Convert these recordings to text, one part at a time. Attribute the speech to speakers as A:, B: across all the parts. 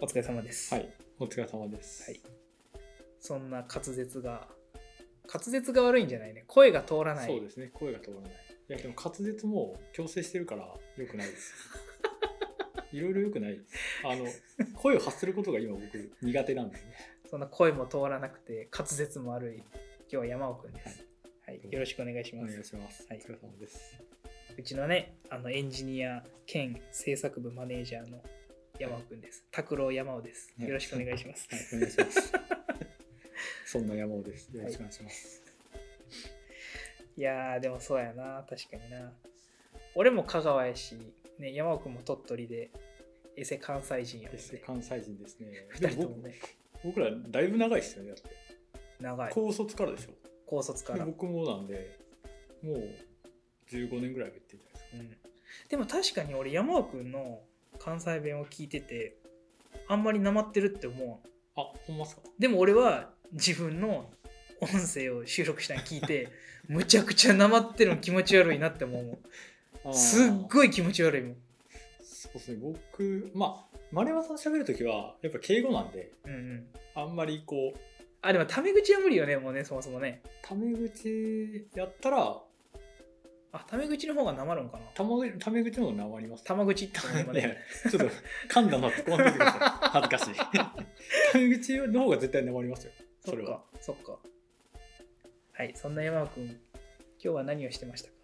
A: お疲れ様です。
B: はい、お疲れ様です。
A: はいそんな滑舌が、滑舌が悪いんじゃないね。声が通らない。
B: そうですね、声が通らない。いや、でも滑舌も矯正してるから良くな いです。いろいろ良くないです。あの、声を発することが今僕苦手なんですね。
A: そんな声も通らなくて、滑舌も悪い。今日は山尾くんです。はい、よろしくお願いし
B: お
A: ま
B: 願い
A: す。
B: します。
A: はい
B: お疲れ様です。
A: うちのね、あのエンジニア兼制作部マネージャーの山尾くんです。拓郎山尾です。
B: はい
A: よろしくお願いします。
B: はい、お願いします。そんな山尾です。よろしくお願いします。
A: いやーでもそうやな確かにな俺も香川やし、ね、山奥も鳥取で伊勢関西人やもん
B: 決して
A: ね
B: 関西人ですね。
A: 2
B: で
A: 人と
B: も
A: もね
B: 僕僕らだいぶ長いですよね。だって
A: 長い
B: 高卒からでしょ。
A: 高卒から、
B: で
A: うん、
B: 僕もなんで、もう15年ぐらいは行ってるじゃないですか。
A: でも確かに俺山奥の関西弁を聞いててあんまりなまってるって思う
B: あ、ほんまっすか
A: でも俺は自分の音声を収録したの聞い てむちゃくちゃなまってるの気持ち悪いなって思うも
B: あー
A: んすっごい気持ち悪いもん
B: そうですね僕まあ丸山さんと喋るときはやっぱ敬語なんで
A: うんうん
B: あんまりこう
A: あでもタメ口は無理よねもうねそもそもね
B: タメ口やったら
A: あタメ口の方がなまるんかな
B: たまタメ口の方がなまります
A: 玉口って思いま
B: ね
A: ね。
B: ちょっと噛んだの突っ込んでてください 恥ずかしいタメ口の方が絶対なまりますよ
A: そ
B: そ
A: っ
B: れ
A: か
B: は、
A: そっか。はい、そんな山尾君、今日は何をしてましたか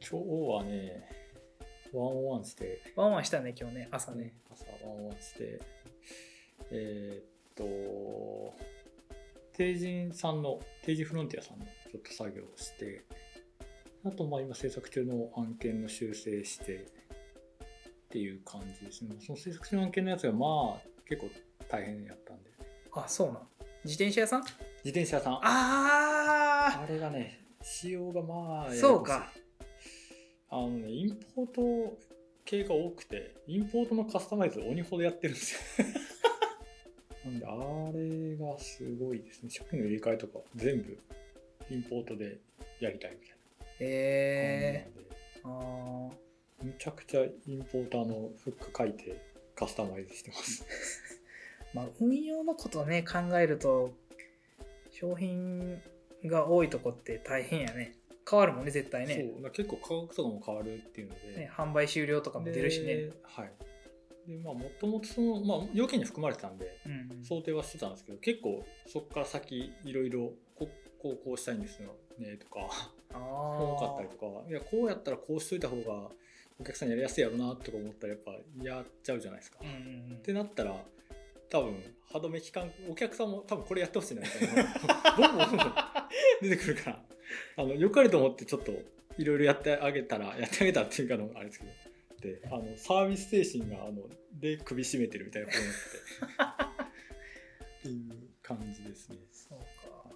B: 今日はねワンオンワンして
A: ワンワンしたね、今日ね、朝ね。
B: 朝ワンオンワンしてえーっと帝人さんの帝人フロンティアさんのちょっと作業をしてあとまあ今制作中の案件の修正してっていう感じですねその制作中の案件のやつがまあ結構大変やったんで
A: あ、そうなん。自転車屋さん
B: 自転車屋さんあ
A: あ
B: れがね仕様がま
A: あ
B: あ
A: そうか。
B: あのねインポート系が多くてインポートのカスタマイズ鬼ほどやってるんですよ なんであれがすごいですね商品の入れ替えとか全部インポートでやりたいみたいな
A: え
B: 感じなんで
A: ー、あー
B: むちゃくちゃインポーターのフック書いてカスタマイズしてます
A: まあ、運用のことね、考えると、商品が多いとこって大変やね。変わるもんね、絶対ね。
B: そうだから結構価格とかも変わるっていうので、
A: ね販売終了とかも出るしね
B: で。はいでまあもともとそのまあ要件に含まれてたんで
A: うんうん、
B: 想定はしてたんですけど結構そこから先いろいろここうこうしたいんですよねとか
A: あ
B: 多か
A: あ
B: ったりとかいやこうやったらこうしといた方がお客さんやりやすいやろなとか思ったらやっぱやっちゃうじゃないですか。
A: うん
B: っ
A: うんうん
B: てなったら多分歯止め期間お客さんも多分これやってほしいなみたい なボンボンボンボン出てくるからあのよかれと思ってちょっといろいろやってあげたらやってあげたっていうかのあれですけど。であのサービス精神があので首絞めてるみたいなことになっててっていう感じですね。
A: そうか。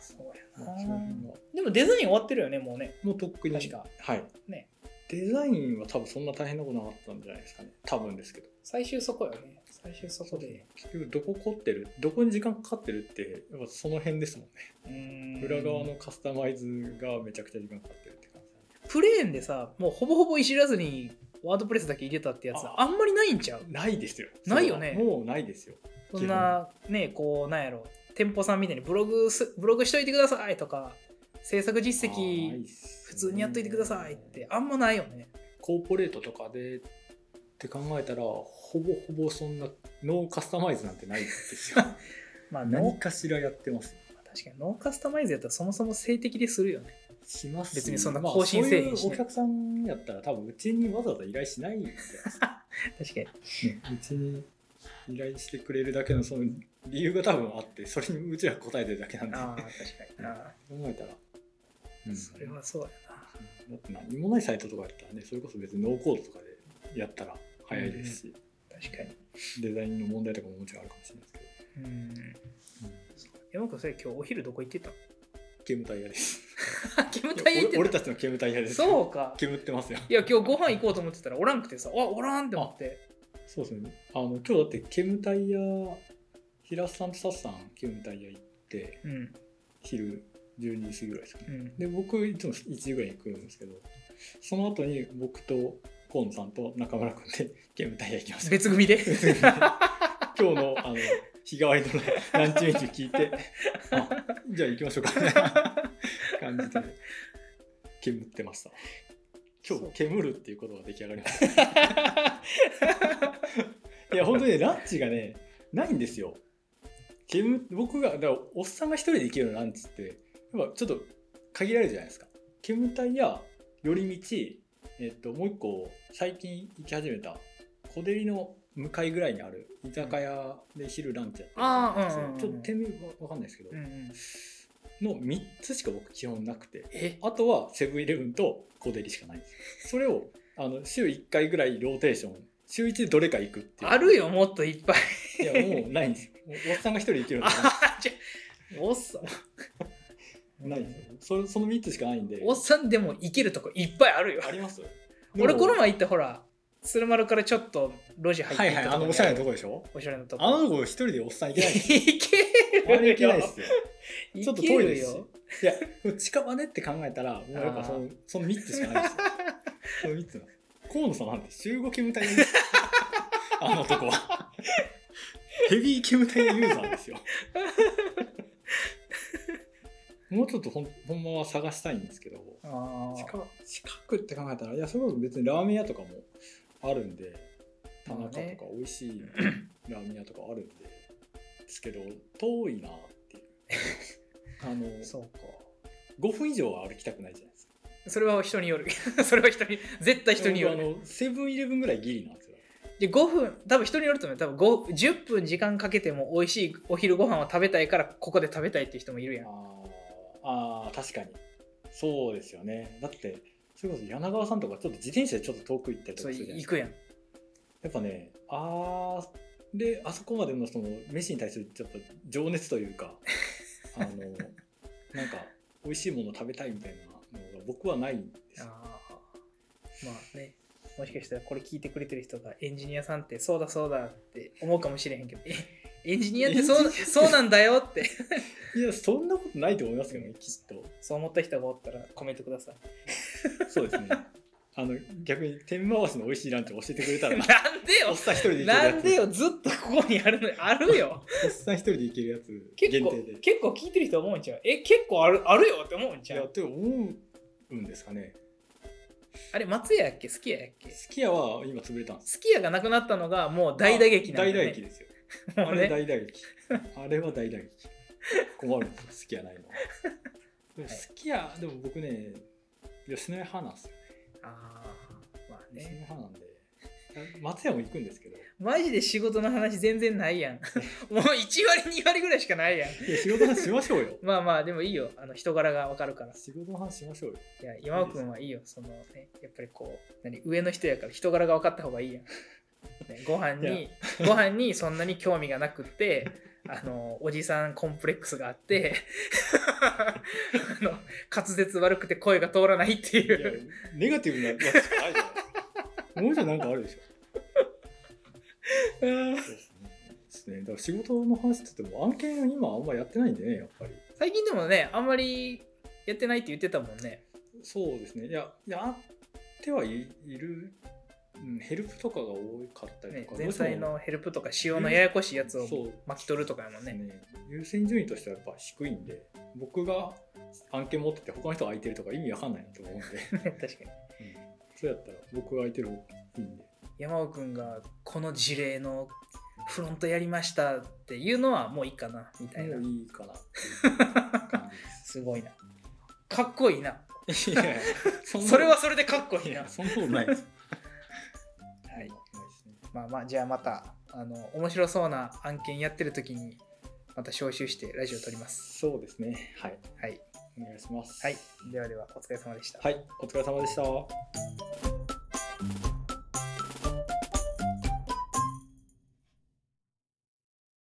A: そうや
B: まあ
A: な
B: その辺は
A: でもデザイン終わってるよね、もうね。
B: もうとっくに
A: 確か
B: はい
A: ね
B: デザインは多分そんな大変なことなかったんじゃないですかね多分ですけど
A: 最終そこよね。最終そこで。
B: 結局どこ凝ってるどこに時間かかってるってやっぱその辺ですもんね
A: うーん
B: 裏側のカスタマイズがめちゃくちゃ時間かかってるって感じなんで
A: プレーンでさ、もうほぼほぼいじらずにワードプレスだけ入れたってやつあ
B: あ
A: んまりないんちゃう
B: ないですよ
A: ないよね
B: それはもうないですよ
A: そんなね、こう、なんやろ、店舗さんみたいにブログすブログしといてくださいとか、制作実
B: あーない
A: 績
B: っすね
A: 普通にやっといてくださいってあんまないよね。
B: コーポレートとかでって考えたらほぼほぼそんなノーカスタマイズなんてないですよ
A: まあ、ノ
B: 何
A: ー
B: かしらやってます
A: 確かにノーカスタマイズやったらそもそも性的でするよね。
B: します
A: 別にそんな更新せえへんしね
B: まあそういうお客さんやったら多分うちにわざわざ依頼しないんじゃないですか
A: 確かに。
B: ねうちに依頼してくれるだけのその理由が多分あってそれにうちら答えてるだけなんで
A: ああ、
B: 考
A: 確かにな。
B: えたら、うん
A: それはそうやな。
B: だって何もないサイトとかやったらねそれこそ別にノーコードとかでやったら早いですし、
A: 確かに。
B: デザインの問題とかももちろんあるかもしれないですけど、
A: うん。
B: うん、
A: 山君、それ今日お昼どこ行 ってた
B: 煙たい嫌です
A: 煙
B: い
A: たい
B: や
A: 行っ
B: 俺
A: て
B: 俺たちの煙たい嫌で
A: た。
B: す
A: そうか。
B: 煙ってますよ
A: いや、今日ご飯行こうと思ってたらおらんくてさ、あおらんって思って。
B: そうですね。あの今日だってケムタイヤ平瀬さんとサツさんケムタイヤ行って
A: うん。
B: 昼12時過ぎぐらいですかね。
A: うん。
B: で僕いつも1時ぐらいに来るんですけどその後に僕と河野さんと中村君でゲーム大会行きました
A: 別組で
B: 別組で 今日のあの日替わりのランチメニュー聞いてあじゃあ行きましょうかみ たいな感じで煙ってました今
A: そう
B: 日煙るっていうことが出来上がりました いや本当にねランチがねないんですよ煙僕がだからおっさんが一人で行けるランチってやっぱちょっと限られるじゃないですか煙隊や寄り道えっともう一個最近行き始めた小照の向かいぐらいにある居酒屋で昼ランチやってる
A: あー
B: やつ
A: うんうんうん
B: ちょっと店名わわかんないですけど、
A: うんうん
B: の3つしか僕基本なくて
A: え
B: あとはセブンイレブンと小照しかないんですよそれをあの週1回ぐらいローテーション週1でどれか行くってい う
A: あるよもっといっ ぱい
B: いやもうないんですよもうおっさんが一人で行けるの
A: あ
B: がない
A: じゃおっさん
B: ないんですよそその3つしかないんで
A: おっさんでも行けるとこいっぱいあるよ
B: あります
A: 俺この
B: 前
A: 前行ったほら鶴丸からちょっと路地入って
B: はい
A: いっ
B: はい
A: た
B: あ
A: こ
B: の
A: に
B: おしゃれなとこでしょ
A: おしゃれなとこ
B: あのとこ一人でおっさん行けないんですよ
A: 行
B: あ
A: け
B: れ
A: る
B: 行け ないですよ
A: よ
B: ちょっと遠いで
A: 行
B: す
A: けるよ。
B: しいや、でも近場でって考えたら、もうやっぱそ
A: あ
B: の、その3つしかないですよ。 その3つなんです。河野さんなんて、中国煙隊の あの男は。ヘビー煙隊のユーザー ですよ。もうちょっとほんほんまは探したいんですけど、
A: あー
B: 近近くって考えたら、いや、それこそ別にラーメン屋とかもあるんで、田中とか美味し いラーメン屋とかあるんで、ですけど、遠いなっていう。あの、
A: そうか
B: 5分以上は歩きたくないじゃないですか。
A: それは人による それは人に絶対人によ
B: 僕
A: る
B: あのセブンイレブンぐらいギリなんですよ。
A: で5分多分人によると思う多分5 10分時間かけても美味しいお昼ご飯を食べたいからここで食べたいっていう人もいるやん
B: あーあー、確かに。そうですよね。だって、それこそ柳川さんとかちょっと自転車でちょっと遠く行ったりと
A: そ
B: か
A: う
B: するじゃない
A: 行
B: ですか。
A: くやん
B: やっぱね、ああ、で、あそこまでのその飯に対するちょっと情熱という か、あの、なんか、美味しいもの食べたいみたいなのが僕はないんです
A: あ
B: よ。
A: ーまあねもしかしたらこれ聞いてくれてる人がエンジニアさんってそうだそうだって思うかもしれへんけどえエンジニアってそう
B: エン
A: な
B: ジニアって
A: そうなんだよって
B: いや、そんなことないと思いますけどね、きっと。
A: そう思った人がおったらコメントくだ さい
B: そう ですね。あの逆に天回しの美味しいランチ教えてくれた
A: な
B: ら
A: ん
B: な
A: で
B: おっ
A: よ
B: さん一人で行けるや
A: な
B: つ
A: んでよずっとここにあるのあるよ
B: おっさん一人で行けるやつ
A: 結
B: 限
A: 構
B: 定で
A: 結構聞いてる人思うんちゃうえ結構あるあるよって思うん
B: い
A: ちゃ
B: や
A: う
B: って思うんですかね
A: あれ松屋やっけ好きややっけ
B: すき家は今潰れたんです
A: すき家がなくなったのがもう大打撃なんだ
B: 大
A: よね
B: 打撃ですよ
A: も
B: あ
A: う
B: れ
A: ね
B: 大打撃あれは大打撃困るんですよすき家ないのはでもすき家でも僕ね吉野家派なんですよ
A: あーまあ
B: 吉野家
A: ね
B: 派なんで松屋も行くんですけど
A: マジで仕事の話全然ないやんもう1割2割ぐらいしかないやん
B: いや仕事の話しましょうよ
A: まあまあでもいいよあの人柄がわかるから
B: 仕事の話しましょうよ
A: いや山尾君はいいよそのねやっぱりこう何上の人やから人柄が分かった方がいいやん、 ね、ご飯にご飯にそんなに興味がなくってあのおじさんコンプレックスがあって あの滑舌悪くて声が通らないって
B: いや
A: いう
B: ネガティブなやつしかないじゃないですかもうちょいなんかあるでしょそうですね。だから仕事の話って言っても案件は今あんまやってないんでね、やっぱり。
A: 最近でもねあんまりやってないって言ってたもんね
B: そうですね。いや、やってはいいる、うん、ヘルプとかが多かったり
A: ね
B: とか、
A: 前菜
B: どう
A: のヘルプとか塩のややこしいやつを
B: そう
A: 巻き取るとかやもん
B: しても
A: ね
B: ね優先順位としてはやっぱ低いんで、僕が案件持ってて他の人が空いてるとか意味わかんないなと思うんで、
A: 確かに
B: うんそうやったら僕が空いてる方がいいんで。
A: 山尾君がこの事例のフロントやりましたっていうのはもういいかなみたいな、
B: もういいかなっていう感
A: すごいなかっこいいな
B: じです。いやいやんな
A: それはそれでかっこい
B: い
A: いな
B: や、そんなことないです。
A: はい
B: ないですね。
A: まあまあじゃあまたあの面白そうな案件やってる時にまた招集してラジオ撮ります
B: そうですね。はい。
A: はい、
B: お願いします。
A: はい、ではではお疲れ様でした
B: はい、お疲れ様でした。